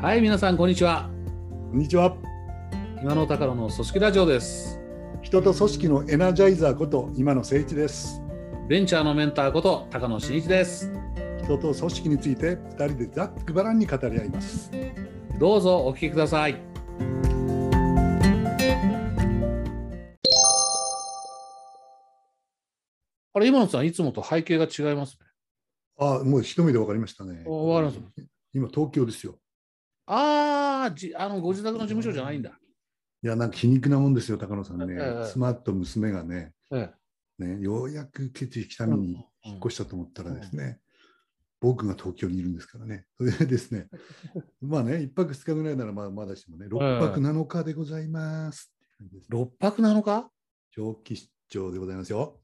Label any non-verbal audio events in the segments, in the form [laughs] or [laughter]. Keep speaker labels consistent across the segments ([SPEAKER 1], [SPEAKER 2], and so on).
[SPEAKER 1] はい、皆さん、こんにちは。
[SPEAKER 2] こんにちは。
[SPEAKER 1] 今の高野の組織ラジオです。
[SPEAKER 2] 人と組織のエナジャイザーこと今野誠一です。
[SPEAKER 1] ベンチャーのメンターこと高野真一です。
[SPEAKER 2] 人と組織について二人でざっくばらんに語り合います。
[SPEAKER 1] どうぞお聞きください。あれ、今野さん、いつもと背景が違いますね。
[SPEAKER 2] ああ、もう一目でわかりましたね。
[SPEAKER 1] あわかりま
[SPEAKER 2] 今東京ですよ。
[SPEAKER 1] ああ、じあのご自宅の事務所じゃないんだ。
[SPEAKER 2] いや、なんか皮肉なもんですよ、高野さんね
[SPEAKER 1] ええ。
[SPEAKER 2] 妻と娘がね、
[SPEAKER 1] え
[SPEAKER 2] ねようやく決意北
[SPEAKER 1] え
[SPEAKER 2] 見に引っ越したと思ったらですね、僕が東京にいるんですからね。それでで
[SPEAKER 1] [laughs]
[SPEAKER 2] すね、まあね、一泊二日ぐらいならまあまだしもね、六泊七日でございますって感じです。
[SPEAKER 1] 六泊なのか
[SPEAKER 2] 長期出張でございますよ。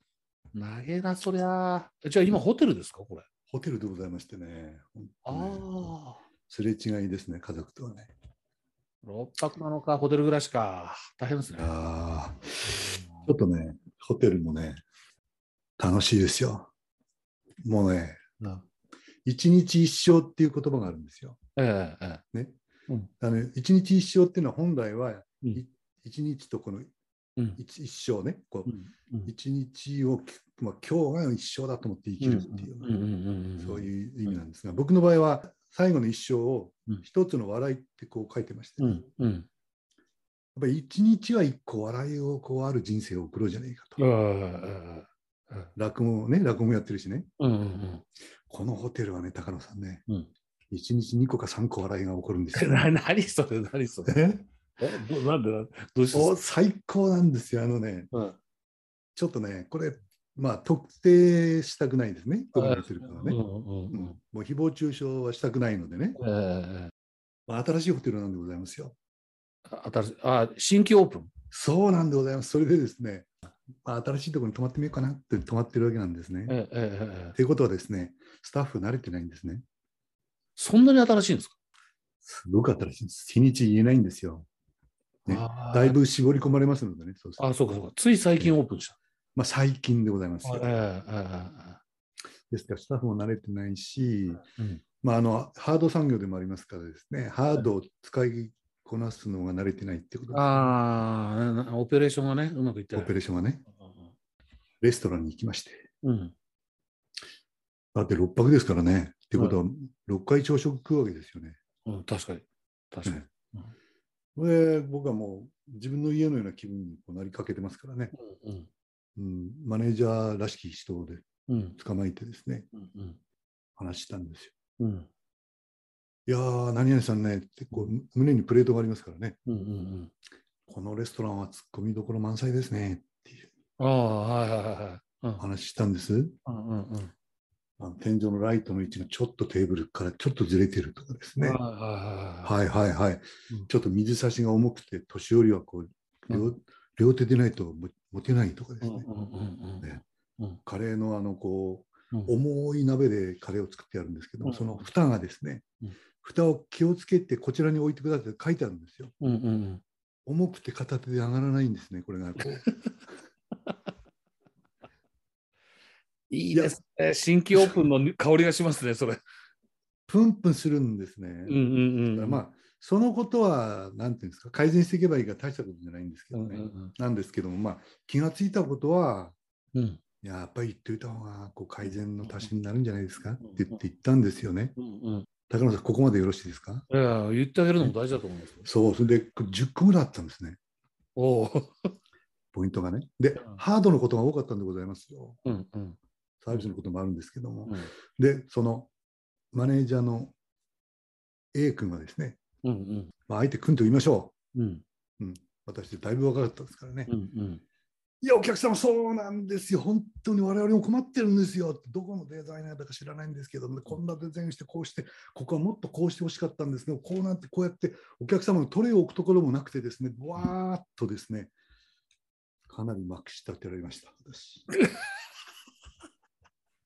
[SPEAKER 1] 長えな、そりゃあ。じゃあ今、ホテルですか、これ。
[SPEAKER 2] ホテルでございましてね、本
[SPEAKER 1] あ
[SPEAKER 2] 当ね
[SPEAKER 1] あ。
[SPEAKER 2] すれ違いですね、家族とはね。
[SPEAKER 1] 六泊なのか、ホテル暮らしか。大変ですね。
[SPEAKER 2] ああ、ちょっとね、ホテルもね、楽しいですよ。もうね、
[SPEAKER 1] うん
[SPEAKER 2] 一日一生っていう言葉があるんですよ。
[SPEAKER 1] ええ、ええ。
[SPEAKER 2] あの一日一生っていうのは本来は、
[SPEAKER 1] うん
[SPEAKER 2] い一日とこの
[SPEAKER 1] うん
[SPEAKER 2] 一一生ね、こう
[SPEAKER 1] うん
[SPEAKER 2] 一日を、まあ、今日が一生だと思って生きるっていう、
[SPEAKER 1] うんうんうん
[SPEAKER 2] そ
[SPEAKER 1] う
[SPEAKER 2] ういう意味なんですが、僕の場合は最後の一生を
[SPEAKER 1] うん
[SPEAKER 2] 一つの笑いってこう書いてまして、
[SPEAKER 1] ん。うんうん
[SPEAKER 2] やっぱり一日は一個笑いをこうある人生を送ろうじゃないかと。
[SPEAKER 1] うん
[SPEAKER 2] 落語をね、落語もやってるしね。
[SPEAKER 1] うんうん
[SPEAKER 2] このホテルはね、高野さんね、
[SPEAKER 1] うん
[SPEAKER 2] 一日2個か3個笑いが起こるんですよ。
[SPEAKER 1] な何それ何それ
[SPEAKER 2] え
[SPEAKER 1] えどなんでなんどうして
[SPEAKER 2] お最高なんですよ。あのね、
[SPEAKER 1] うん
[SPEAKER 2] ちょっとね、これ、まあ、特定したくないですね。僕がやってるから
[SPEAKER 1] うん
[SPEAKER 2] ね。
[SPEAKER 1] うん
[SPEAKER 2] う
[SPEAKER 1] うんん
[SPEAKER 2] もう誹謗中傷はしたくないのでね、
[SPEAKER 1] えー
[SPEAKER 2] まあ、新しいホテルなんでございますよ。
[SPEAKER 1] 新しいあ新規オープン
[SPEAKER 2] そうなんでございます。それでですね、まあ、新しいところに泊まってみようかなって泊まってるわけなんですね。
[SPEAKER 1] えーえーえー
[SPEAKER 2] ということはですね、スタッフ慣れてないんですね。
[SPEAKER 1] そんなに新しいんですか
[SPEAKER 2] すごく新しいんです。日にち言えないんですよ。ね
[SPEAKER 1] あー
[SPEAKER 2] だいぶ絞り込まれますのでね、そうです
[SPEAKER 1] あそうかそうかつい最近オープンし
[SPEAKER 2] まあ、最近でございます
[SPEAKER 1] た
[SPEAKER 2] よ。
[SPEAKER 1] えーえー
[SPEAKER 2] ですから、スタッフも慣れてないし、
[SPEAKER 1] えーうん
[SPEAKER 2] まあ、あのハード産業でもありますからですね、ハードを使いこなすのが慣れてないってことです
[SPEAKER 1] あーななオペレーションがねうまくいって
[SPEAKER 2] オ
[SPEAKER 1] ない
[SPEAKER 2] ペレーションはね、レストランに行きまして、
[SPEAKER 1] うん
[SPEAKER 2] だって6泊ですからね、ってことは、6回朝食食うわけですよね。
[SPEAKER 1] うん確かに確かに
[SPEAKER 2] これ僕はもう自分の家のような気分にこうなりかけてますからね、
[SPEAKER 1] うん
[SPEAKER 2] うん、マネージャーらしき人で
[SPEAKER 1] うん
[SPEAKER 2] 捕まえてですね、
[SPEAKER 1] うんうん
[SPEAKER 2] 話したんですよ。
[SPEAKER 1] うん
[SPEAKER 2] いやー、何々さんね、結構胸にプレートがありますからね、
[SPEAKER 1] うんうんうん
[SPEAKER 2] このレストランはツッコミどころ満載ですねっていう
[SPEAKER 1] ああはいはいはいはいうん
[SPEAKER 2] 話したんです。
[SPEAKER 1] うんうんうん
[SPEAKER 2] あの天井のライトの位置がちょっとテーブルからちょっとずれてるとかですね。
[SPEAKER 1] はいはいはい
[SPEAKER 2] はいはいはい。
[SPEAKER 1] うん
[SPEAKER 2] ちょっと水差しが重くて、年寄りはこう両,、
[SPEAKER 1] う
[SPEAKER 2] 両手でないとも持てないとかです
[SPEAKER 1] う
[SPEAKER 2] ね。
[SPEAKER 1] んうんうん
[SPEAKER 2] ね
[SPEAKER 1] うん
[SPEAKER 2] カレーのあのこ
[SPEAKER 1] うん
[SPEAKER 2] う重い鍋でカレーを作ってやるんですけども、
[SPEAKER 1] うん
[SPEAKER 2] その蓋がですね、
[SPEAKER 1] うん
[SPEAKER 2] 蓋を気をつけてこちらに置いてくださいって書いてあるんですよ。
[SPEAKER 1] うんうんうん
[SPEAKER 2] 重くて片手で上がらないんですね、これがこう。 [laughs]
[SPEAKER 1] いいですね。新規オープンのに香りがしますね、それ。
[SPEAKER 2] プンプンするんですね。
[SPEAKER 1] うんうん
[SPEAKER 2] だか
[SPEAKER 1] う
[SPEAKER 2] ら
[SPEAKER 1] ん。
[SPEAKER 2] まあそのことはなんていうんですか改善していけばいいが大したことじゃないんですけ
[SPEAKER 1] う
[SPEAKER 2] ど
[SPEAKER 1] ん
[SPEAKER 2] ね、
[SPEAKER 1] うん
[SPEAKER 2] なんですけどもまあ気がついたことは
[SPEAKER 1] うん。うん
[SPEAKER 2] いややっぱり言っておいた方がこう改善の足しになるんじゃないですかって
[SPEAKER 1] うん
[SPEAKER 2] 言って言ったんですよね。
[SPEAKER 1] うんうん。
[SPEAKER 2] 高野さんここまでよろしいですか
[SPEAKER 1] いや、言ってあげるのも大事だと思うんですよ。
[SPEAKER 2] そうそれでこれ10個ぐらいあったんですね
[SPEAKER 1] おお。
[SPEAKER 2] ポイントがね。で、
[SPEAKER 1] うん
[SPEAKER 2] ハードのことが多かったんでございますよ
[SPEAKER 1] うんうん
[SPEAKER 2] サービスのこともあるんですけども、
[SPEAKER 1] うん
[SPEAKER 2] でそのマネージャーの A 君がですね、
[SPEAKER 1] うんうん
[SPEAKER 2] まあ、相手君と言いましょ
[SPEAKER 1] うん
[SPEAKER 2] う私だいぶ若かったですからね。
[SPEAKER 1] うんうん
[SPEAKER 2] いや、お客様、そうなんですよ。本当に我々も困ってるんですよ。どこのデザイナーだか知らないんですけど、こんなデザインして、こうして、ここはもっとこうしてほしかったんですけど、こうなって、こうやって、お客様のトレイを置くところもなくてですね、わーっとですね、かなりまくし立てられました。私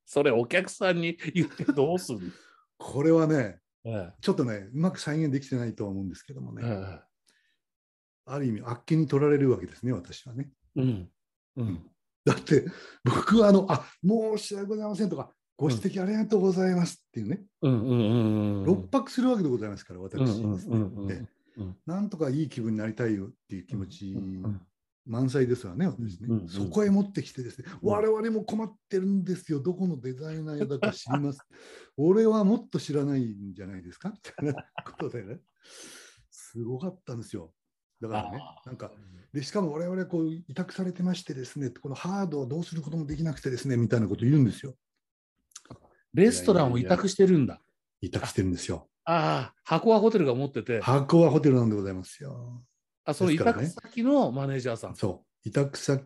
[SPEAKER 1] それお客さんに言ってどうする
[SPEAKER 2] これはね、
[SPEAKER 1] ええ
[SPEAKER 2] ちょっとね、うまく再現できてないとは思うんですけどもね、
[SPEAKER 1] え
[SPEAKER 2] ある意味、あっけに取られるわけですね、私はね。
[SPEAKER 1] えうんうん
[SPEAKER 2] [laughs] だって、僕はあの、あ申し訳ございませんとか、ご指摘ありがとうございますっていうね、
[SPEAKER 1] うんうんうんうん。
[SPEAKER 2] 六泊するわけでございますから、私ですね、
[SPEAKER 1] うんうんうんうん
[SPEAKER 2] でなんとかいい気分になりたいよっていう気持ち
[SPEAKER 1] うん
[SPEAKER 2] 満載ですわね、私
[SPEAKER 1] う
[SPEAKER 2] ね、
[SPEAKER 1] んうんうん
[SPEAKER 2] そこへ持ってきてですね、
[SPEAKER 1] うん
[SPEAKER 2] 我々も困ってるんですよ、どこのデザイナーだか知ります。 [laughs] 俺はもっと知らないんじゃないですかみたいなことでね、すごかったんですよ。だからね
[SPEAKER 1] あ、ー
[SPEAKER 2] なんか、で、しかも我々こう委託されてましてですね、このハードをどうすることもできなくてですね、みたいなこと言うんですよ。
[SPEAKER 1] レストランを委託してるんだ。
[SPEAKER 2] 委託してるんですよ。
[SPEAKER 1] ああ、箱はホテルが持ってて、
[SPEAKER 2] 箱はホテルなんでございますよ。
[SPEAKER 1] あその委託先のマネージャーさん。
[SPEAKER 2] そう委託さ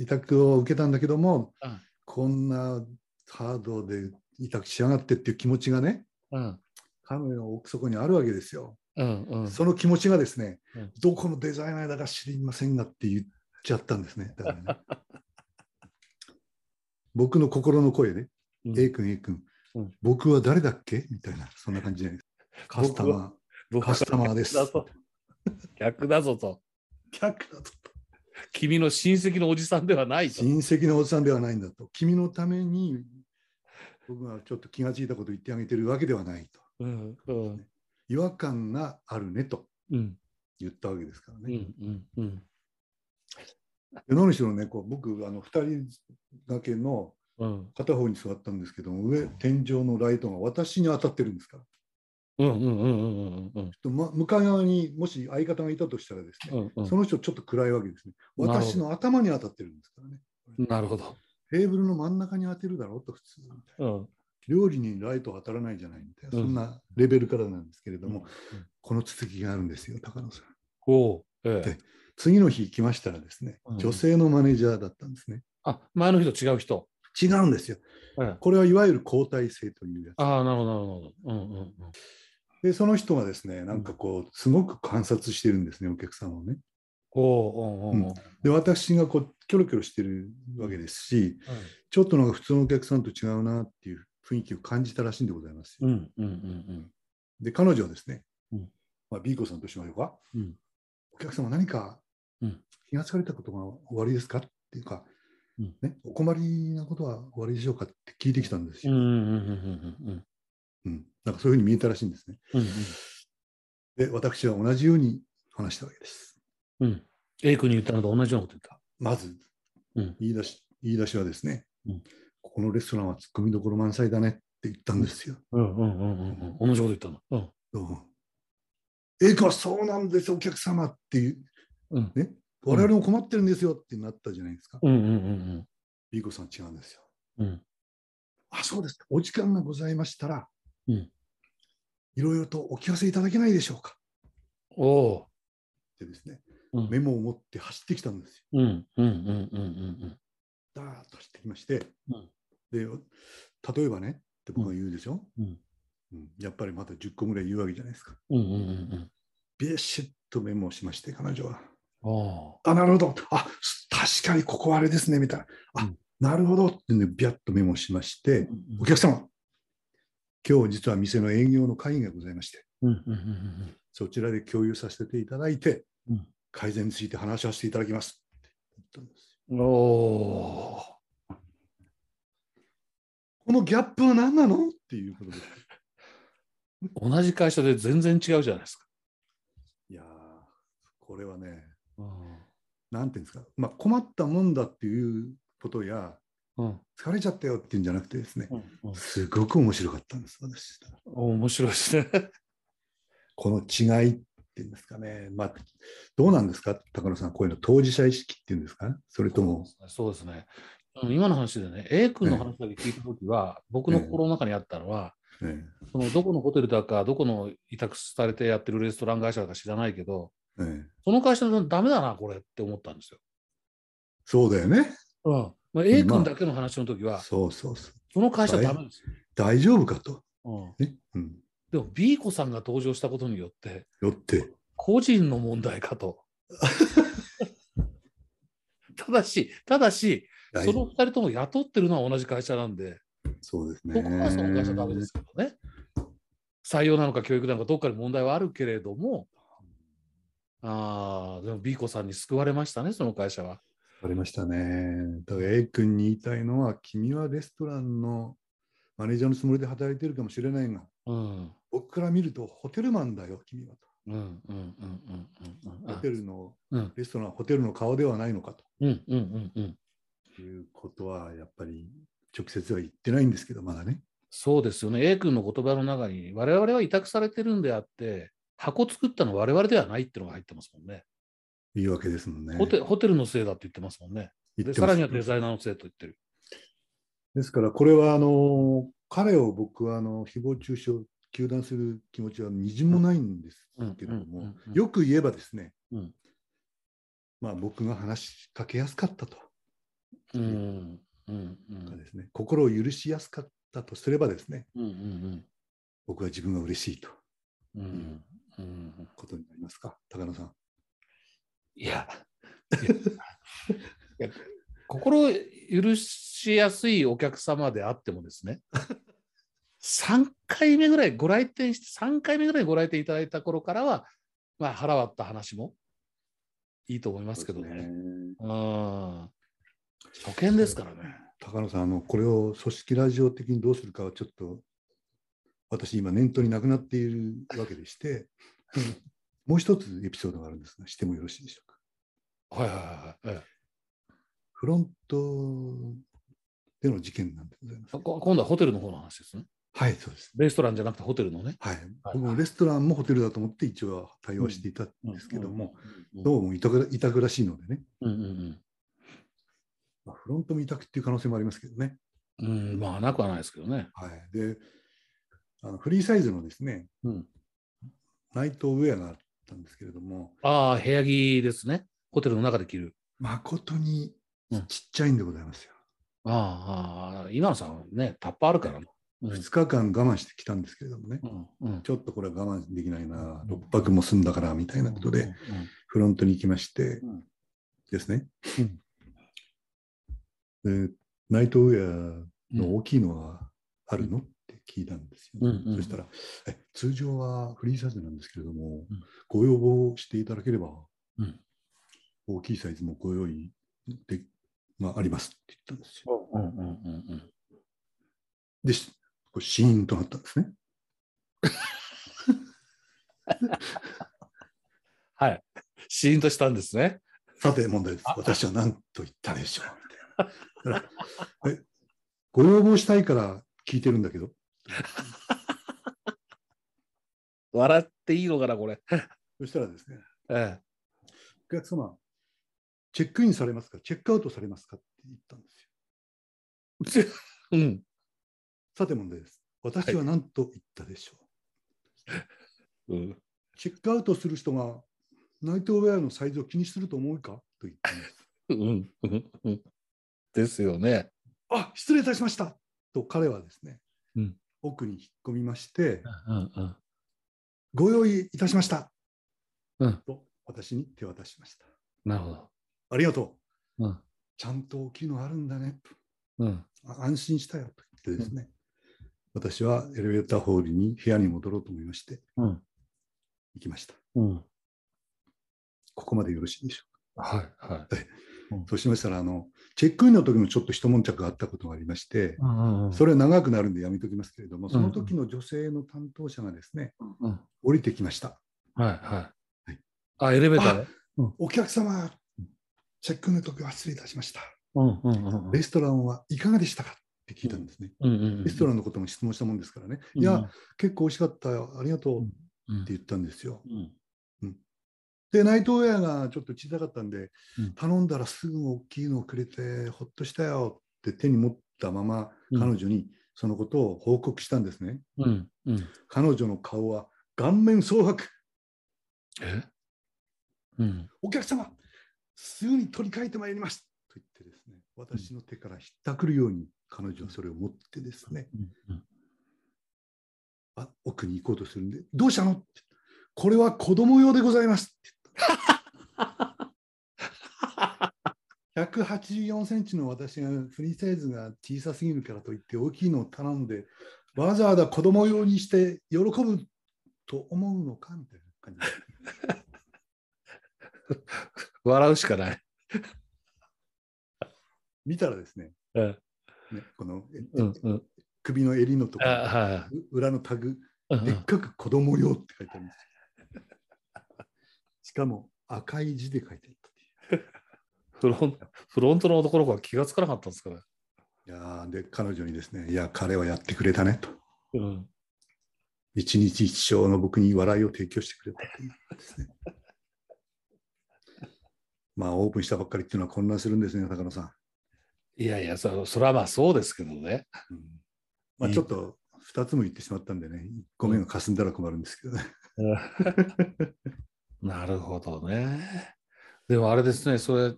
[SPEAKER 2] 委託を受けたんだけども、
[SPEAKER 1] うん
[SPEAKER 2] こんなハードで委託しやがってっていう気持ちがね
[SPEAKER 1] うん
[SPEAKER 2] 彼女の奥底にあるわけですよ、
[SPEAKER 1] うんうん。
[SPEAKER 2] その気持ちがですね、
[SPEAKER 1] うん
[SPEAKER 2] どこのデザイナーだか知りませんがって言っちゃったんですねだからね [laughs] 僕の心の声ね、
[SPEAKER 1] うん
[SPEAKER 2] A 君 A 君、
[SPEAKER 1] うん
[SPEAKER 2] 僕は誰だっけみたいなそんな感じじゃないです [laughs] かカスタマー
[SPEAKER 1] 僕
[SPEAKER 2] [laughs] カスタマーです
[SPEAKER 1] 逆だぞ逆だぞと。
[SPEAKER 2] 客だと
[SPEAKER 1] 君の親戚のおじさんではないと。
[SPEAKER 2] 親戚のおじさんではないんだと君のために僕がちょっと気が付いたことを言ってあげてるわけではないと
[SPEAKER 1] うんうん
[SPEAKER 2] 違和感があるねと
[SPEAKER 1] うん
[SPEAKER 2] 言ったわけですから
[SPEAKER 1] う
[SPEAKER 2] ね、
[SPEAKER 1] んうんうん
[SPEAKER 2] で何しろねこう僕あの2人だけの
[SPEAKER 1] うん
[SPEAKER 2] 片方に座ったんですけども上天井のライトが私に当たってるんですから
[SPEAKER 1] うんうんうんうんうん
[SPEAKER 2] と、ま、向かい側にもし相方がいたとしたらですね、
[SPEAKER 1] うんうん
[SPEAKER 2] その人ちょっと暗いわけですね
[SPEAKER 1] なるほど
[SPEAKER 2] 私の頭に当たってるんですからね
[SPEAKER 1] なるほど。
[SPEAKER 2] テーブルの真ん中に当てるだろうと普通みたいな
[SPEAKER 1] うん
[SPEAKER 2] 料理にライト当たらないじゃないみたいな、
[SPEAKER 1] うん
[SPEAKER 2] そんなレベルからなんですけれども、
[SPEAKER 1] うん
[SPEAKER 2] この続きがあるんですよ、高野さん。
[SPEAKER 1] おうええ
[SPEAKER 2] で次の日来ましたらですね、
[SPEAKER 1] うん
[SPEAKER 2] 女性のマネージャーだったんですね。
[SPEAKER 1] あ前の人と違う人。
[SPEAKER 2] 違うんですよ。
[SPEAKER 1] ええ
[SPEAKER 2] これはいわゆる交代制というやつ。
[SPEAKER 1] ああ、なるほど、なるほど。うんうんうん。
[SPEAKER 2] で、その人がですね、なんかこう、すごく観察してるんですね、お客様をね。
[SPEAKER 1] おうおうおうおう。
[SPEAKER 2] で、私がこう、キョロキョロしてるわけですし、ちょっとなんか普通のお客さんと違うなっていう雰囲気を感じたらしいんでございますよ。
[SPEAKER 1] うんうんうん
[SPEAKER 2] で、彼女はですね、
[SPEAKER 1] うん
[SPEAKER 2] まあ、B 子さんとしましょうか。
[SPEAKER 1] うんうん。
[SPEAKER 2] お客様何か
[SPEAKER 1] うん
[SPEAKER 2] 気がつかれたことが終わりですかっていうか、
[SPEAKER 1] うん
[SPEAKER 2] ね、お困りなことは終わりでしょうかって聞いてきたんです
[SPEAKER 1] うん
[SPEAKER 2] よ。
[SPEAKER 1] うんうんうん
[SPEAKER 2] うんなんかそういうふうに見えたらしいんですね。
[SPEAKER 1] うんうん。
[SPEAKER 2] で私は同じように話したわけです。
[SPEAKER 1] うん。A 君に言ったのと同じようなこと言った。
[SPEAKER 2] まず、
[SPEAKER 1] うん
[SPEAKER 2] 言い出し言い出しはですね、
[SPEAKER 1] うん
[SPEAKER 2] ここのレストランはツッコミどころ満載だねって言ったんですよ。
[SPEAKER 1] うんうんうんうんうん。同じこと言ったの。うん
[SPEAKER 2] うん、えかそうなんですお客様っていう
[SPEAKER 1] うん
[SPEAKER 2] 我々も困ってるんですよってなったじゃないですか。
[SPEAKER 1] うんうんうん
[SPEAKER 2] リーコさん違うんですよ。
[SPEAKER 1] うんうん。
[SPEAKER 2] あ、そうです。お時間がございましたら、
[SPEAKER 1] うん
[SPEAKER 2] いろいろとお聞かせいただけないでしょうか。
[SPEAKER 1] おお
[SPEAKER 2] ってですね、
[SPEAKER 1] う。うん
[SPEAKER 2] メモを持って走ってきたんです
[SPEAKER 1] う
[SPEAKER 2] よ。
[SPEAKER 1] んうんうんうんうん
[SPEAKER 2] ダーッと走ってきまして、
[SPEAKER 1] うん
[SPEAKER 2] で、例えばね、って僕が言うでしょ、
[SPEAKER 1] うん
[SPEAKER 2] うんやっぱりまた10個ぐらい言うわけじゃないですか。
[SPEAKER 1] うんうんうんうん
[SPEAKER 2] ビシッとメモをしまして、彼女
[SPEAKER 1] うん。
[SPEAKER 2] は。
[SPEAKER 1] お
[SPEAKER 2] あ、なるほど。あ、す確かにここはあれですね、みたいな。あ、
[SPEAKER 1] うん
[SPEAKER 2] なるほどってね、ビャッとメモしまして、お客様、今日実は店の営業の会議がございまして、
[SPEAKER 1] うんうんうんうん
[SPEAKER 2] そちらで共有させていただいて、
[SPEAKER 1] うん
[SPEAKER 2] 改善について話し合わせていただきますって言ったんです
[SPEAKER 1] うん。おお。
[SPEAKER 2] このギャップは何なのってい
[SPEAKER 1] [laughs]
[SPEAKER 2] うことです。
[SPEAKER 1] 同じ会社で全然違うじゃないですか。
[SPEAKER 2] いやー、これはね、
[SPEAKER 1] うん
[SPEAKER 2] なんていうんですか、まあ、困ったもんだっていうことや、
[SPEAKER 1] うん
[SPEAKER 2] 疲れちゃったよっていうんじゃなくてですね、
[SPEAKER 1] うん。
[SPEAKER 2] すごく面白かったんです、私。
[SPEAKER 1] 面白いですね。
[SPEAKER 2] この違いっていうんですかね、まあ、どうなんですか、高野さん、こういうの当事者意識っていうんですか、それとも、
[SPEAKER 1] そうですね。うん今の話でね、A 君の話だけ聞いたときは、僕の心の中にあったのは、
[SPEAKER 2] え
[SPEAKER 1] そのどこのホテルだか、どこの委託されてやってるレストラン会社だか知らないけど、
[SPEAKER 2] えええ
[SPEAKER 1] その会社のダメだな、これって思ったんですよ。
[SPEAKER 2] そうだよね、
[SPEAKER 1] うんまあ、A 君だけの話のときは、
[SPEAKER 2] そうそうそう、
[SPEAKER 1] その会社ダメですよ。
[SPEAKER 2] 大丈夫かと、
[SPEAKER 1] うん、
[SPEAKER 2] ねうん、
[SPEAKER 1] でも B 子さんが登場したことによって、
[SPEAKER 2] よって。
[SPEAKER 1] 個人の問題かと。 [laughs] ただし、ただし、
[SPEAKER 2] 大
[SPEAKER 1] その2人とも雇ってるのは同じ会社なんで、
[SPEAKER 2] そうですね。
[SPEAKER 1] 僕はその会社ダメですけどね。採用なのか教育なのかどっかに問題はあるけれども、ああ、でも B 子さんに救われましたね、その会社は。
[SPEAKER 2] わかりましたね。だから A 君に言いたいのは、君はレストランのマネージャーのつもりで働いてるかもしれないが、
[SPEAKER 1] うん。
[SPEAKER 2] 僕から見ると、ホテルマンだよ、君は
[SPEAKER 1] うんうんうんうんうんうん
[SPEAKER 2] と。ホ
[SPEAKER 1] あ
[SPEAKER 2] テルの、
[SPEAKER 1] うん
[SPEAKER 2] レストラン、ホテルの顔ではないのか
[SPEAKER 1] うんうんうんうん。
[SPEAKER 2] ということは、やっぱり直接は言ってないんですけど、まだね。
[SPEAKER 1] そうですよね。A 君の言葉の中に、我々は委託されてるんであって、箱作ったのは我々ではないっていうのが入ってますもんね。
[SPEAKER 2] 言い訳ですもんね。
[SPEAKER 1] ホテホテルのせいだって言ってますもんね。
[SPEAKER 2] 言
[SPEAKER 1] で、
[SPEAKER 2] って
[SPEAKER 1] さ
[SPEAKER 2] ます
[SPEAKER 1] らにはデザイナーのせいと言ってる。
[SPEAKER 2] ですから、これはあの彼を僕はあの誹謗中傷、糾弾する気持ちはみじんもないんですけれど
[SPEAKER 1] うんうんう
[SPEAKER 2] も
[SPEAKER 1] んう、ん
[SPEAKER 2] よく言えばですね、
[SPEAKER 1] うん
[SPEAKER 2] まあ、僕が話しかけやすかったと
[SPEAKER 1] うんうんうんう
[SPEAKER 2] か
[SPEAKER 1] ん
[SPEAKER 2] です、ね、心を許しやすかったとすればですね、
[SPEAKER 1] うんうん
[SPEAKER 2] 僕は自分が嬉しいという
[SPEAKER 1] うんうんうん。
[SPEAKER 2] ことになりますか、高野さん。
[SPEAKER 1] いや、 [laughs] いや心許しやすいお客様であってもですね、3回目ぐらいご来店して、3回目ぐらいご来店いただいた頃からは、まあ、腹割った話もいいと思いますけどね。うん初見ですからね。
[SPEAKER 2] 高野さんあの、これを組織ラジオ的にどうするかはちょっと、私、今、念頭になくなっているわけでして、 [laughs] もう一つエピソードがあるんですが、してもよろしいでしょうか。
[SPEAKER 1] はいはいはいはいえ
[SPEAKER 2] フロントでの事件なんでございます。
[SPEAKER 1] え。こ今度はホテルの方の話ですね。
[SPEAKER 2] はい、そうです。
[SPEAKER 1] レストランじゃなくてホテルのね。
[SPEAKER 2] はい、
[SPEAKER 1] はい
[SPEAKER 2] 僕もレストランもホテルだと思って一応対応していたんですけども、
[SPEAKER 1] うん。
[SPEAKER 2] どうも委託委託らしいのでね、
[SPEAKER 1] うんうん
[SPEAKER 2] まあ、フロントも委託っていう可能性もありますけどね。
[SPEAKER 1] うん。うん、まあ、なくはないですけどね。
[SPEAKER 2] はい、であの、フリーサイズのですね、
[SPEAKER 1] うん、
[SPEAKER 2] ナイトウェアがあったんですけれども、
[SPEAKER 1] ああ、部屋着ですね。ホテルの中で着る。
[SPEAKER 2] 誠に
[SPEAKER 1] うん
[SPEAKER 2] ちっちゃいんでございますよ。
[SPEAKER 1] ああああ、今野さんはね、タッパーあるからね。うん
[SPEAKER 2] 2日間我慢してきたんですけれどもね、
[SPEAKER 1] うんうん
[SPEAKER 2] ちょっとこれは我慢できないな、
[SPEAKER 1] うん
[SPEAKER 2] 6泊も済んだからみたいなことで、フロントに行きまして、
[SPEAKER 1] うん
[SPEAKER 2] ですね、
[SPEAKER 1] うん
[SPEAKER 2] でナイトウェア
[SPEAKER 1] うんうん
[SPEAKER 2] の大きいのはあるの、って聞いたんですよ、ね
[SPEAKER 1] うんうん
[SPEAKER 2] そしたらえ通常はフリーサイズなんですけれども、
[SPEAKER 1] うん
[SPEAKER 2] ご要望していただければ、
[SPEAKER 1] うん
[SPEAKER 2] 大きいサイズもご用意で、まあ、ありますって言ったんですよ。
[SPEAKER 1] うんうんうんうん
[SPEAKER 2] でしこうシーンとなったんですね。
[SPEAKER 1] はい。 [laughs] シーンとしたんですね。
[SPEAKER 2] さて問題です。私は何と言ったでしょうみたいなえ。ご要望したいから聞いてるんだけど、
[SPEAKER 1] 笑っていいのかな、これ。
[SPEAKER 2] そしたらですね、
[SPEAKER 1] ええ、
[SPEAKER 2] お客様、チェックインされますか、チェックアウトされますかって言ったんですよ。
[SPEAKER 1] [laughs] うん。
[SPEAKER 2] さて問題です。私は何と言ったでしょ
[SPEAKER 1] う
[SPEAKER 2] う。
[SPEAKER 1] ん、
[SPEAKER 2] チェックアウトする人がナイトウェアのサイズを気にすると思うかと言ったんです。
[SPEAKER 1] うん、うんうんですよね。
[SPEAKER 2] あ失礼いたしましたと彼はですね、
[SPEAKER 1] うん
[SPEAKER 2] 奥に引っ込みまして、
[SPEAKER 1] うん、うん、
[SPEAKER 2] ご用意いたしました、
[SPEAKER 1] うん
[SPEAKER 2] と私に手渡しました。
[SPEAKER 1] なるほど。
[SPEAKER 2] ありがとう。
[SPEAKER 1] うん、
[SPEAKER 2] ちゃんと大きいのあるんだね
[SPEAKER 1] うん、
[SPEAKER 2] とあ安心したよと言ってですね、私はエレベーターホールに部屋に戻ろうと思いまして
[SPEAKER 1] うん、
[SPEAKER 2] 行きました。
[SPEAKER 1] うん。
[SPEAKER 2] ここまでよろしいでしょ
[SPEAKER 1] はい、はい。
[SPEAKER 2] うか。そうしましたら、あの、チェックインの時もちょっと一悶着があったことがありまして、
[SPEAKER 1] うん、うん、うん
[SPEAKER 2] それは長くなるんでやめときますけれども、
[SPEAKER 1] ん
[SPEAKER 2] その時の女性の担当者がですね、
[SPEAKER 1] うん
[SPEAKER 2] 降りてきました。
[SPEAKER 1] はい、は
[SPEAKER 2] はいい。
[SPEAKER 1] あ、エレベーターで。
[SPEAKER 2] お客様、チェックインの時は失礼いたしました。
[SPEAKER 1] うん、うん、うん
[SPEAKER 2] レストランはいかがでしたかって聞いたんですね。
[SPEAKER 1] うんうんうん。
[SPEAKER 2] レストランのことも質問したもんですからね。
[SPEAKER 1] うん
[SPEAKER 2] いや、結構美味しかったよ。ありがとうって
[SPEAKER 1] うん、うん
[SPEAKER 2] 言ったんですよ。
[SPEAKER 1] うん
[SPEAKER 2] で、ナイトウェアがちょっと小さかったんで、
[SPEAKER 1] うん
[SPEAKER 2] 頼んだらすぐ大きいのをくれて、ほっとしたよって手に持ったまま、
[SPEAKER 1] うん
[SPEAKER 2] 彼女にそのことを報告したんですね。
[SPEAKER 1] うん、うん。
[SPEAKER 2] 彼女の顔は顔面蒼白。
[SPEAKER 1] えうん。
[SPEAKER 2] お客様、すぐに取り替えてまいりますと言ってですね、私の手からひったくるように彼女はそれを持ってですね、あ奥に行こうとするんで、どうしたのってこれは子供用でござい
[SPEAKER 1] [laughs]
[SPEAKER 2] ますって言った。184センチの私がフリーサイズが小さすぎるからといって大きいのを頼んでわざわざ子供用にして喜ぶと思うのかみたいな感じで
[SPEAKER 1] 笑うしかない。
[SPEAKER 2] 見たらですね
[SPEAKER 1] うん
[SPEAKER 2] ねこのえ
[SPEAKER 1] うんうん
[SPEAKER 2] 首の襟のと
[SPEAKER 1] [laughs]
[SPEAKER 2] こ
[SPEAKER 1] あは
[SPEAKER 2] ろ、裏のタグ、
[SPEAKER 1] い、
[SPEAKER 2] でっかく子供用って書いてあるんですよ。しかも赤い字で書いてある
[SPEAKER 1] フロンフロントの男の子は気がつかなかったんですから、
[SPEAKER 2] いやーで彼女にですね、いや、彼はやってくれたねと。
[SPEAKER 1] うん、
[SPEAKER 2] 一日一生の僕に笑いを提供してくれたというですね。 [laughs] まあ、オープンしたばっかりっていうのは混乱するんですね、高野さん。
[SPEAKER 1] いやいやそ、それはまあそうですけどね。
[SPEAKER 2] うんまあ、ちょっと2つも言ってしまったんでね、1個目が霞んだら困るんですけどね。
[SPEAKER 1] [laughs] なるほどね。でもあれですね、それ、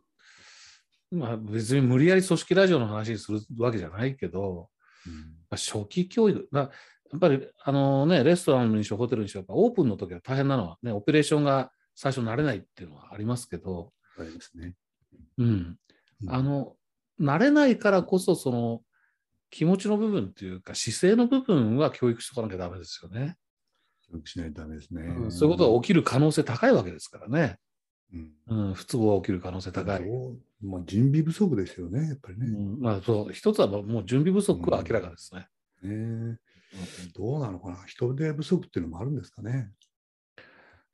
[SPEAKER 1] まあ、別に無理やり組織ラジオの話にするわけじゃないけど、まあ初期教育、まあ、やっぱりあの、ね、レストランにしろホテルにしろ、やっぱオープンの時は大変なのは、ね、オペレーションが最初慣れないっていうのはありますけど、
[SPEAKER 2] あれですね。
[SPEAKER 1] うん、
[SPEAKER 2] うん
[SPEAKER 1] あの慣れないからこそその気持ちの部分というか姿勢の部分は教育しとかなきゃダメですよね、
[SPEAKER 2] 協力しないとダメですね。
[SPEAKER 1] うんそういうことが起きる可能性高いわけですからね、
[SPEAKER 2] うん
[SPEAKER 1] うん、不都合が起きる可能性高い、
[SPEAKER 2] どうまあ、準備不足ですよね、やっぱり
[SPEAKER 1] う
[SPEAKER 2] ね。
[SPEAKER 1] んまあ、そう一つはもう準備不足は明らかですね、
[SPEAKER 2] ねどうなのかな、人手不足っていうのもあるんですかね。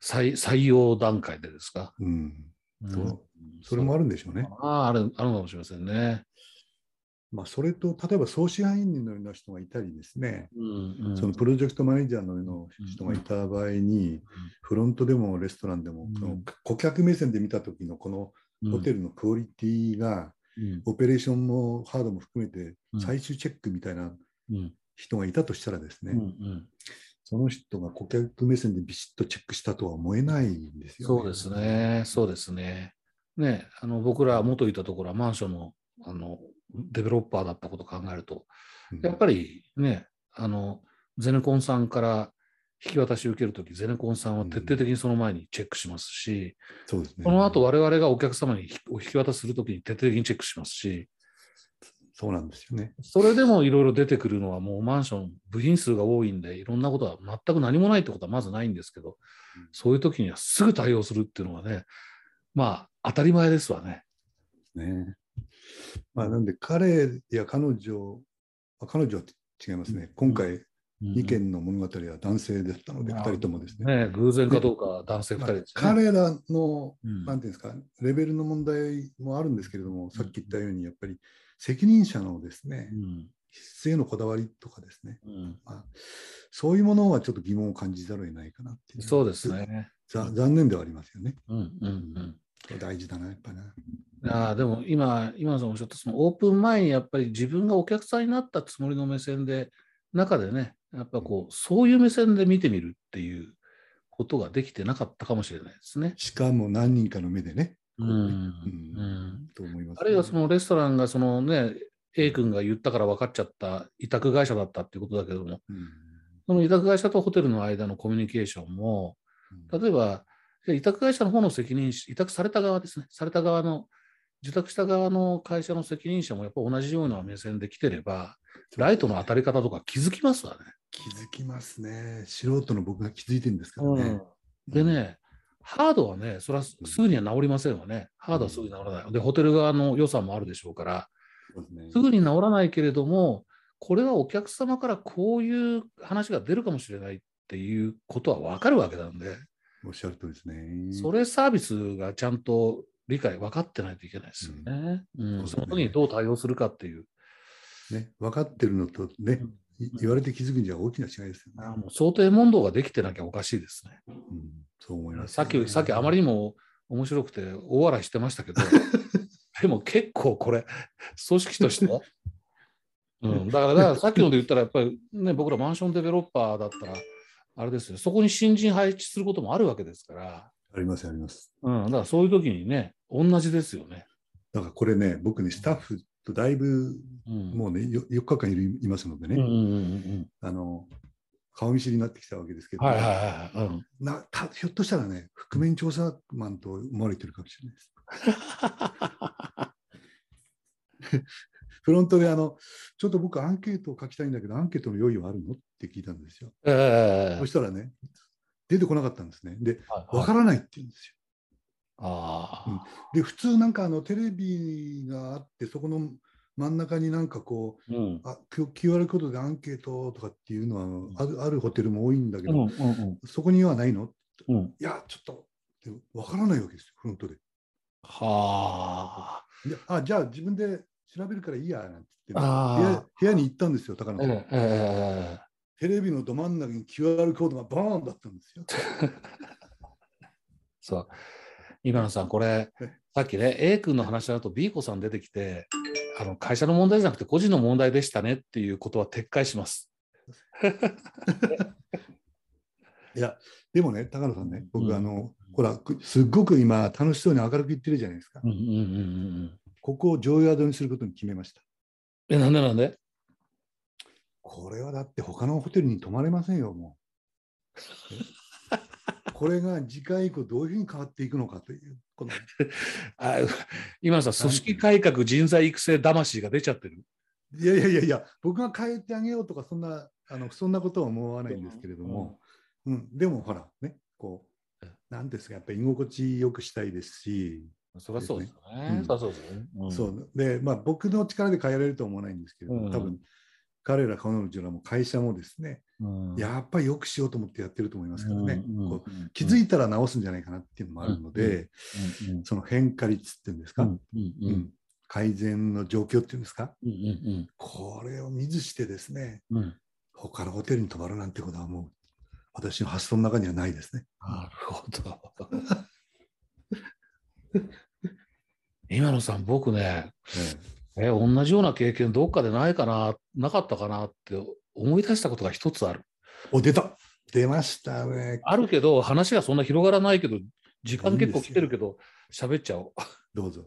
[SPEAKER 1] 採採用段階でですか、
[SPEAKER 2] うん、
[SPEAKER 1] うん
[SPEAKER 2] そうそれもあるんでしょうね。
[SPEAKER 1] あああるあるかもしれませんね、
[SPEAKER 2] まあ、それと、例えば総支配員のような人がいたりですね、
[SPEAKER 1] うんうん
[SPEAKER 2] そのプロジェクトマネージャーのような人がいた場合に、フロントでもレストランでも
[SPEAKER 1] うん、
[SPEAKER 2] この顧客目線で見た時のこのホテルのクオリティが、
[SPEAKER 1] うん
[SPEAKER 2] オペレーションもハードも含めて
[SPEAKER 1] うん
[SPEAKER 2] 最終チェックみたいな
[SPEAKER 1] うん
[SPEAKER 2] 人がいたとしたらですね、
[SPEAKER 1] うんうん
[SPEAKER 2] その人が顧客目線でビシッとチェックしたとは思えないんですよね。
[SPEAKER 1] そうですね、そうですね。ね、あの僕ら元いたところはマンションのあのデベロッパーだったことを考えると、
[SPEAKER 2] うん。
[SPEAKER 1] やっぱりね、あのゼネコンさんから引き渡し受けるとき、ゼネコンさんは徹底的にその前にチェックしますし、
[SPEAKER 2] そうですね。
[SPEAKER 1] この後我々がお客様にひお引き渡しするときに徹底的にチェックしますし、
[SPEAKER 2] そうなんですよね。
[SPEAKER 1] それでもいろいろ出てくるのは、もうマンション、部品数が多いんで、いろんなことは全く何もないってことはまずないんですけど、そういう時にはすぐ対応するっていうのはね、まあ、当たり前ですわね。
[SPEAKER 2] ね。まあ、なんで彼や彼女、あ彼女は違いますね。今回、2件の物語は男性だったので、
[SPEAKER 1] うん
[SPEAKER 2] 2人ともですね。
[SPEAKER 1] ね偶然かどうか、男性2
[SPEAKER 2] まあ
[SPEAKER 1] 人ですね、
[SPEAKER 2] 彼らの、
[SPEAKER 1] うん
[SPEAKER 2] なんていうんですか、レベルの問題もあるんですけれども、さっき言ったように、やっぱり責任者のですね、
[SPEAKER 1] うん
[SPEAKER 2] 質へのこだわりとかですね、
[SPEAKER 1] うん
[SPEAKER 2] まあ、そういうものはちょっと疑問を感じざるを得ないかなっていう。
[SPEAKER 1] そうですね。
[SPEAKER 2] ざ残念ではありますよね。
[SPEAKER 1] うんうん
[SPEAKER 2] 大事だな、やっぱりな。
[SPEAKER 1] うん、ああでも今、今野さんおっしゃったそのオープン前にやっぱり自分がお客さんになったつもりの目線で、中でね、やっぱこう、そういう目線で見てみるっていうことができてなかったかもしれないですね。
[SPEAKER 2] しかも何人かの目でね、
[SPEAKER 1] うんうん
[SPEAKER 2] と思います、
[SPEAKER 1] あるいはそのレストランがそのね、A 君が言ったから分かっちゃった委託会社だったっていうことだけども、
[SPEAKER 2] うん
[SPEAKER 1] その委託会社とホテルの間のコミュニケーションも、例えば、じゃあ委託会社の方の責任者、委託された側ですね、された側の、受託した側の会社の責任者もやっぱ同じような目線で来てれば、ライトの当たり方とか気づきますわね。
[SPEAKER 2] 気づきますね。素人の僕が気づいてるんですからね。
[SPEAKER 1] でね、ハードはね、それはすぐには治りませんわね。ハードはすぐに治らない。で、ホテル側の予算もあるでしょうから、
[SPEAKER 2] そうですね
[SPEAKER 1] すぐに治らないけれども、これはお客様からこういう話が出るかもしれないっていうことは分かるわけなんで、
[SPEAKER 2] おっしゃるとりですね。
[SPEAKER 1] それサービスがちゃんと理解、分かってないといけないですよね。うん
[SPEAKER 2] そうです
[SPEAKER 1] そ
[SPEAKER 2] ね
[SPEAKER 1] の時にどう対応するかっていう、
[SPEAKER 2] ね、分かってるのとね、い言われて気づくには大きな違いですよね。
[SPEAKER 1] あもう想定問答ができてなきゃおかしいですね。
[SPEAKER 2] うん、そう思います、
[SPEAKER 1] さっき、さっきあまりにも面白くて大笑いしてましたけ [laughs] ど、でも結構これ、組織としては。 [laughs] うん、だから、だからさっきので言ったら、やっぱりね、僕らマンションデベロッパーだったら、あれですよ、そこに新人配置することもあるわけですから、
[SPEAKER 2] ありますあります。
[SPEAKER 1] うん、だからそういう時にね、同じですよね。
[SPEAKER 2] だからこれね、僕ね、スタッフとだいぶ
[SPEAKER 1] うん、
[SPEAKER 2] もうね、よ4日間いるいますのでね、
[SPEAKER 1] うんうんうん
[SPEAKER 2] あの、顔見知りになってきたわけですけ
[SPEAKER 1] うん。
[SPEAKER 2] ど、
[SPEAKER 1] はいはいはいはい。うん
[SPEAKER 2] なたひょっとしたらね、覆面調査マンと思われてるかもしれないです。
[SPEAKER 1] [laughs]
[SPEAKER 2] フロントであの、ちょっと僕アンケートを書きたいんだけど、アンケートの用意はあるのって聞いたんですよ。
[SPEAKER 1] ええ
[SPEAKER 2] そしたらね、出てこなかったんですね。で、
[SPEAKER 1] はい
[SPEAKER 2] わ
[SPEAKER 1] はい
[SPEAKER 2] からないって言うんです
[SPEAKER 1] ああ、
[SPEAKER 2] よ。で、普通なんかあのテレビがあって、そこの真ん中になんかこう
[SPEAKER 1] うん
[SPEAKER 2] あ Q- QR コードでアンケートとかっていうのはあるあるホテルも多いんだけ
[SPEAKER 1] うん
[SPEAKER 2] ど、
[SPEAKER 1] うん
[SPEAKER 2] そこにはないの
[SPEAKER 1] うんうん
[SPEAKER 2] いやちょっとってわからないわけですよフロントで。
[SPEAKER 1] は
[SPEAKER 2] であじゃあ自分で調べるからいいやなんて言ってね、
[SPEAKER 1] あー
[SPEAKER 2] 部屋部屋に行ったんですよ高野
[SPEAKER 1] あ。
[SPEAKER 2] さん、
[SPEAKER 1] えええ
[SPEAKER 2] テレビのど真ん中に QR コードがバーンだったんです
[SPEAKER 1] [laughs]
[SPEAKER 2] よ。
[SPEAKER 1] そう。今野さん、これ
[SPEAKER 2] え、
[SPEAKER 1] さっきね、A 君の話だと B 子さん出てきて、あの会社の問題じゃなくて個人の問題でしたねっていうことは撤回します。
[SPEAKER 2] いやでもね高野さんね僕、
[SPEAKER 1] うん
[SPEAKER 2] あのほらくすっごく今楽しそうに明るく言ってるじゃないですか、
[SPEAKER 1] うんうんうんうんうん。
[SPEAKER 2] ここを常用宿にすることに決めました。
[SPEAKER 1] え、なんでなんで
[SPEAKER 2] これはだって他のホテルに泊まれませんよも
[SPEAKER 1] [laughs]
[SPEAKER 2] う。これが次回以降どういうふうに変わっていくのかというこの
[SPEAKER 1] あ今野さん、組織改革、人材育成魂が出ちゃってる。
[SPEAKER 2] いやいやいやいや僕が変えてあげようとかそんなあのそんなことは思わないんですけれども、うんでもほらねこう
[SPEAKER 1] うん
[SPEAKER 2] なんですかやっぱり居心地よくしたいですし、
[SPEAKER 1] うん、そりゃそうですよ
[SPEAKER 2] う
[SPEAKER 1] ね。
[SPEAKER 2] ん
[SPEAKER 1] そりゃそうですよね。うん
[SPEAKER 2] そうでまあ僕の力で変えられるとは思わないんですけれども、
[SPEAKER 1] うん
[SPEAKER 2] 多分彼ら彼女らも会社もですね、
[SPEAKER 1] うん
[SPEAKER 2] やっぱりよくしようと思ってやってると思いますからね、
[SPEAKER 1] うん
[SPEAKER 2] こう
[SPEAKER 1] うん
[SPEAKER 2] 気づいたら直すんじゃないかなっていうのもあるので、
[SPEAKER 1] うんうん
[SPEAKER 2] その変化率っていうんですか、
[SPEAKER 1] うんうんう
[SPEAKER 2] うんん改善の状況っていうんですか、
[SPEAKER 1] うんうん
[SPEAKER 2] これを見ずしてですね、
[SPEAKER 1] うんうん
[SPEAKER 2] 他のホテルに泊まるなんてことはもう、私の発想の中にはないですね。
[SPEAKER 1] なるほど。今野さん、僕ね、え、同じような経験どっかでないかな、なかったかなって思い出したことが一つある。
[SPEAKER 2] お出た出ましたね。
[SPEAKER 1] あるけど、話がそんな広がらないけど、時間結構来てるけど、喋っちゃおう。
[SPEAKER 2] どうぞ。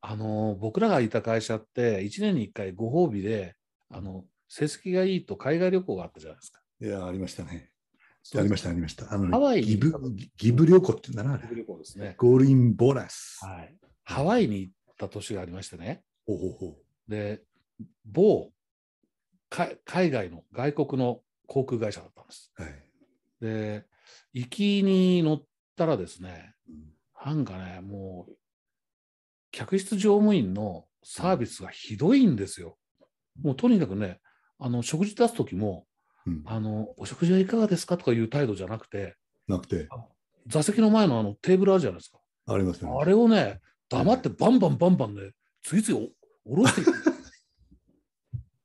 [SPEAKER 1] あの僕らがいた会社って1年に1回ご褒美であの成績がいいと海外旅行があったじゃないですか。
[SPEAKER 2] いや、ありましたね。ありました、ありました。あのね
[SPEAKER 1] ハワイに
[SPEAKER 2] ギブ
[SPEAKER 1] 行ったの
[SPEAKER 2] ギブ旅行って言うんだな、あ
[SPEAKER 1] 海外
[SPEAKER 2] れ
[SPEAKER 1] 旅行ですね、
[SPEAKER 2] ゴールインボーナス。
[SPEAKER 1] はい。ハワイに行った年がありましてね。
[SPEAKER 2] ほうほうほ
[SPEAKER 1] で、某か海外の外国の航空会社だったんです。
[SPEAKER 2] う。はい。
[SPEAKER 1] で、行きに乗ったらですね、
[SPEAKER 2] うん
[SPEAKER 1] なんかね、もう、客室乗務員のサービスがひどいんですよ。もうとにかくね、あの食事出す時も、
[SPEAKER 2] うん
[SPEAKER 1] あの、お食事はいかがですかとかいう態度じゃなくて、
[SPEAKER 2] なくて、
[SPEAKER 1] 座席の前のあのテーブルあるじゃないですか。
[SPEAKER 2] ありますよね。
[SPEAKER 1] あれをね、黙ってバンバンバンバンね、ついついお下ろしていく。
[SPEAKER 2] [laughs] [laughs]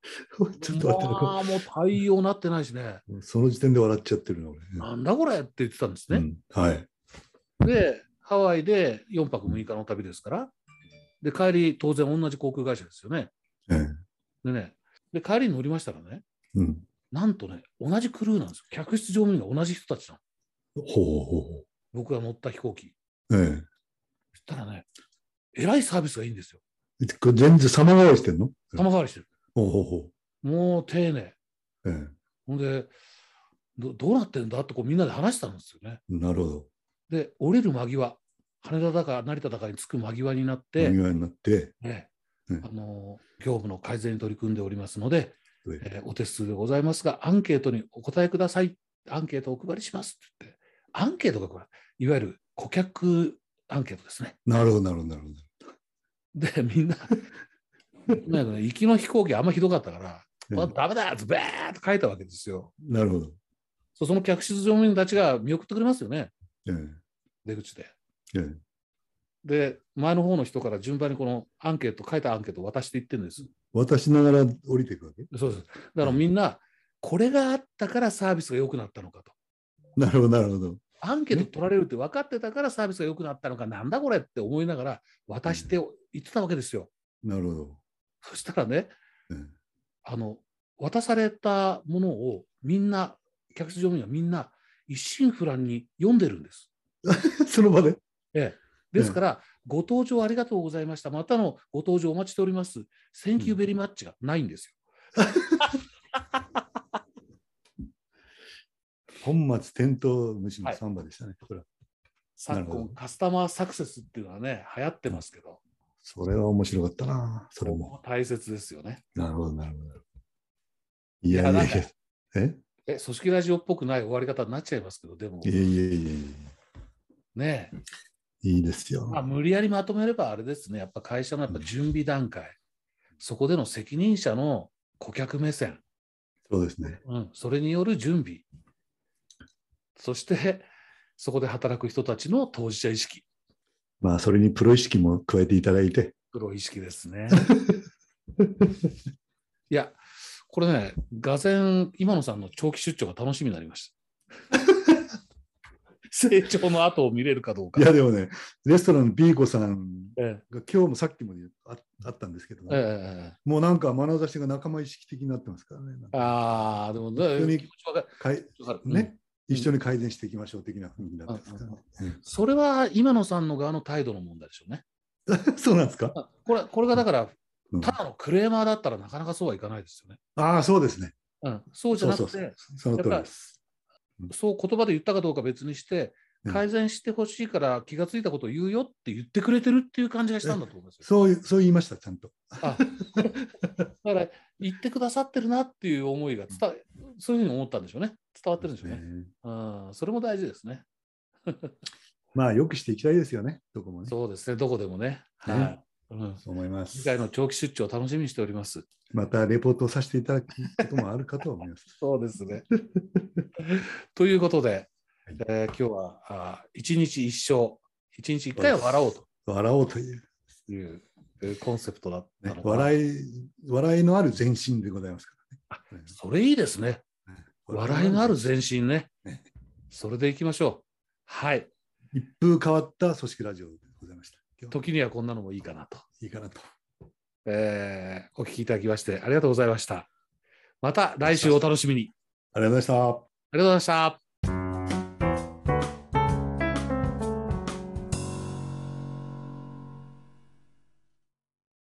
[SPEAKER 2] ちょっと待ってねこ
[SPEAKER 1] ああ、もう対応なってないしね、
[SPEAKER 2] う、その時点で笑っちゃってるの、俺。
[SPEAKER 1] なんだこれって言ってたんですね。
[SPEAKER 2] うんはい。
[SPEAKER 1] で、ハワイで4泊6日の旅ですから、で、帰り、当然同じ航空会社ですよね。
[SPEAKER 2] ええ
[SPEAKER 1] でね、で、帰りに乗りましたらね、
[SPEAKER 2] うん。
[SPEAKER 1] なんとね、同じクルーなんですよ。客室乗務員が同じ人たちなの。
[SPEAKER 2] ほうほうほう
[SPEAKER 1] 僕が乗った飛行機。
[SPEAKER 2] ほう。え
[SPEAKER 1] そしたらね、えらいサービスがいいんですよ。
[SPEAKER 2] え。これ全然様変わりしてんの
[SPEAKER 1] 様変わりしてる。
[SPEAKER 2] ほうほうほ
[SPEAKER 1] もう丁寧。
[SPEAKER 2] う。え
[SPEAKER 1] ほんで、どどうなってんだってこうみんなで話してたんですよね。
[SPEAKER 2] え。なるほど。
[SPEAKER 1] で、降りる間際、羽田だか成田だかに着く間際になって、
[SPEAKER 2] お庭になって、
[SPEAKER 1] ね
[SPEAKER 2] うん
[SPEAKER 1] あの業務の改善に取り組んでおりますので、
[SPEAKER 2] はい
[SPEAKER 1] えーお手数でございますが、アンケートにお答えください、アンケートをお配りしますって言って、アンケートがこれ、いわゆる顧客アンケートですね。
[SPEAKER 2] なるほど、なるほど、なるほど。
[SPEAKER 1] で、みんな、なんかね行きの飛行機あんまひどかったから、
[SPEAKER 2] ええ
[SPEAKER 1] だめダメだって、べーって書いたわけですよ。
[SPEAKER 2] なるほど。
[SPEAKER 1] そうその客室乗務員たちが見送ってくれますよね、
[SPEAKER 2] え
[SPEAKER 1] 出口で。
[SPEAKER 2] え。ええ
[SPEAKER 1] で、前の方の人から順番にこのアンケート、書いたアンケートを渡していってるんです。
[SPEAKER 2] 渡しながら降りていくわけ
[SPEAKER 1] そうです。だからみんな、これがあったからサービスが良くなったのかと。
[SPEAKER 2] なるほど、なるほど。
[SPEAKER 1] アンケート取られるって分かってたからサービスが良くなったのか、なんだこれって思いながら渡して言ってたわけですよ。
[SPEAKER 2] なるほど。 [laughs]
[SPEAKER 1] そしたらね、
[SPEAKER 2] ええ
[SPEAKER 1] あの、渡されたものをみんな、客室乗務員はみんな一心不乱に読んでるんです。
[SPEAKER 2] その場で。
[SPEAKER 1] ですから、ご登場ありがとうございました。またのご登場お待ちしております。Thank you very much がないんですよ。
[SPEAKER 2] 本末転倒虫の
[SPEAKER 1] はい
[SPEAKER 2] サンバでしたね。これはな
[SPEAKER 1] 昨
[SPEAKER 2] るほど
[SPEAKER 1] 今、カスタマーサクセスっていうのはね、流行ってますけど、
[SPEAKER 2] それは面白かったな。それも。
[SPEAKER 1] 大切ですよね。
[SPEAKER 2] なるほど、なるほどなるほど。い
[SPEAKER 1] いや
[SPEAKER 2] やいやい
[SPEAKER 1] な
[SPEAKER 2] や。え
[SPEAKER 1] え、組織ラジオっぽくない終わり方になっちゃいますけど、でも
[SPEAKER 2] いやいやいやいや
[SPEAKER 1] ね、
[SPEAKER 2] いいですよ
[SPEAKER 1] ま。あ、無理やりまとめればあれですね、やっぱ会社のやっぱ準備段階、そこでの責任者の顧客目線、
[SPEAKER 2] そうですね。
[SPEAKER 1] うん、それによる準備、そしてそこで働く人たちの当事者意識、
[SPEAKER 2] まあ、それにプロ意識も加えていただいて、
[SPEAKER 1] プロ意識ですね。 [laughs] いや、これね、がぜん、今野さんの長期出張が楽しみになりました。
[SPEAKER 2] [laughs]
[SPEAKER 1] 成長の後を見れるかどうか。
[SPEAKER 2] いや、でもね、レストランのビーコさん
[SPEAKER 1] ええ
[SPEAKER 2] が今日もさっきもああったんですけども、
[SPEAKER 1] えええ
[SPEAKER 2] もうなんか眼差しが仲間意識的になってますからね、なん
[SPEAKER 1] え、
[SPEAKER 2] か
[SPEAKER 1] ああ、でも、ね、
[SPEAKER 2] 当に
[SPEAKER 1] 気持ちわかる
[SPEAKER 2] かい
[SPEAKER 1] わかる
[SPEAKER 2] ね、一緒に改善していきましょう的な雰囲気になってますからね。
[SPEAKER 1] それは今野さんの側の態度の問題でしょうね。
[SPEAKER 2] [laughs] そうなんですか
[SPEAKER 1] これこれがだから、
[SPEAKER 2] うん
[SPEAKER 1] ただのクレーマーだったらなかなかそうはいかないですよね。
[SPEAKER 2] ああ、そうですね。
[SPEAKER 1] うん、そうじゃなくて、
[SPEAKER 2] そ
[SPEAKER 1] そうう
[SPEAKER 2] うその通りです。
[SPEAKER 1] 言葉で言ったかどうか別にして
[SPEAKER 2] う、ん
[SPEAKER 1] 改善してほしいから気がついたことを言うよって言ってくれてるっていう感じがしたんだと思いますよ。
[SPEAKER 2] そういうそう言いました、ちゃんと。
[SPEAKER 1] あだから、言ってくださってるなっていう思いが伝わ、そういうふうに思ったんでしょうね。伝わってるんでしょうね。
[SPEAKER 2] ね
[SPEAKER 1] うん、それも大事ですね。
[SPEAKER 2] まあ、よくしていきたいですよね、どこもね。
[SPEAKER 1] そうですね、どこでもね。
[SPEAKER 2] ね
[SPEAKER 1] はい。うん、
[SPEAKER 2] そう思います。
[SPEAKER 1] 次回の長期出張を楽しみにしております。
[SPEAKER 2] またレポートをさせていただくこともあるかとは思います。
[SPEAKER 1] そうですね。 [laughs] ということで
[SPEAKER 2] はい、
[SPEAKER 1] えー今日はあー一日一生、一日一回は笑おう
[SPEAKER 2] 笑おうという、
[SPEAKER 1] というえーコンセプトだった
[SPEAKER 2] ね
[SPEAKER 1] のかな
[SPEAKER 2] 笑い、笑いのある前進でございますからね。
[SPEAKER 1] それいいですね。笑いのある前進ね
[SPEAKER 2] ね。
[SPEAKER 1] それでいきましょう。はい。
[SPEAKER 2] 一風変わった組織ラジオでございました。今日
[SPEAKER 1] 時にはこんなのもいいかなと。
[SPEAKER 2] いいかなと。
[SPEAKER 1] えーお聞きいただきましてありがとうございました。また来週お楽しみに。
[SPEAKER 2] ありがとうございまし
[SPEAKER 1] あり
[SPEAKER 2] た。
[SPEAKER 1] がとうございました。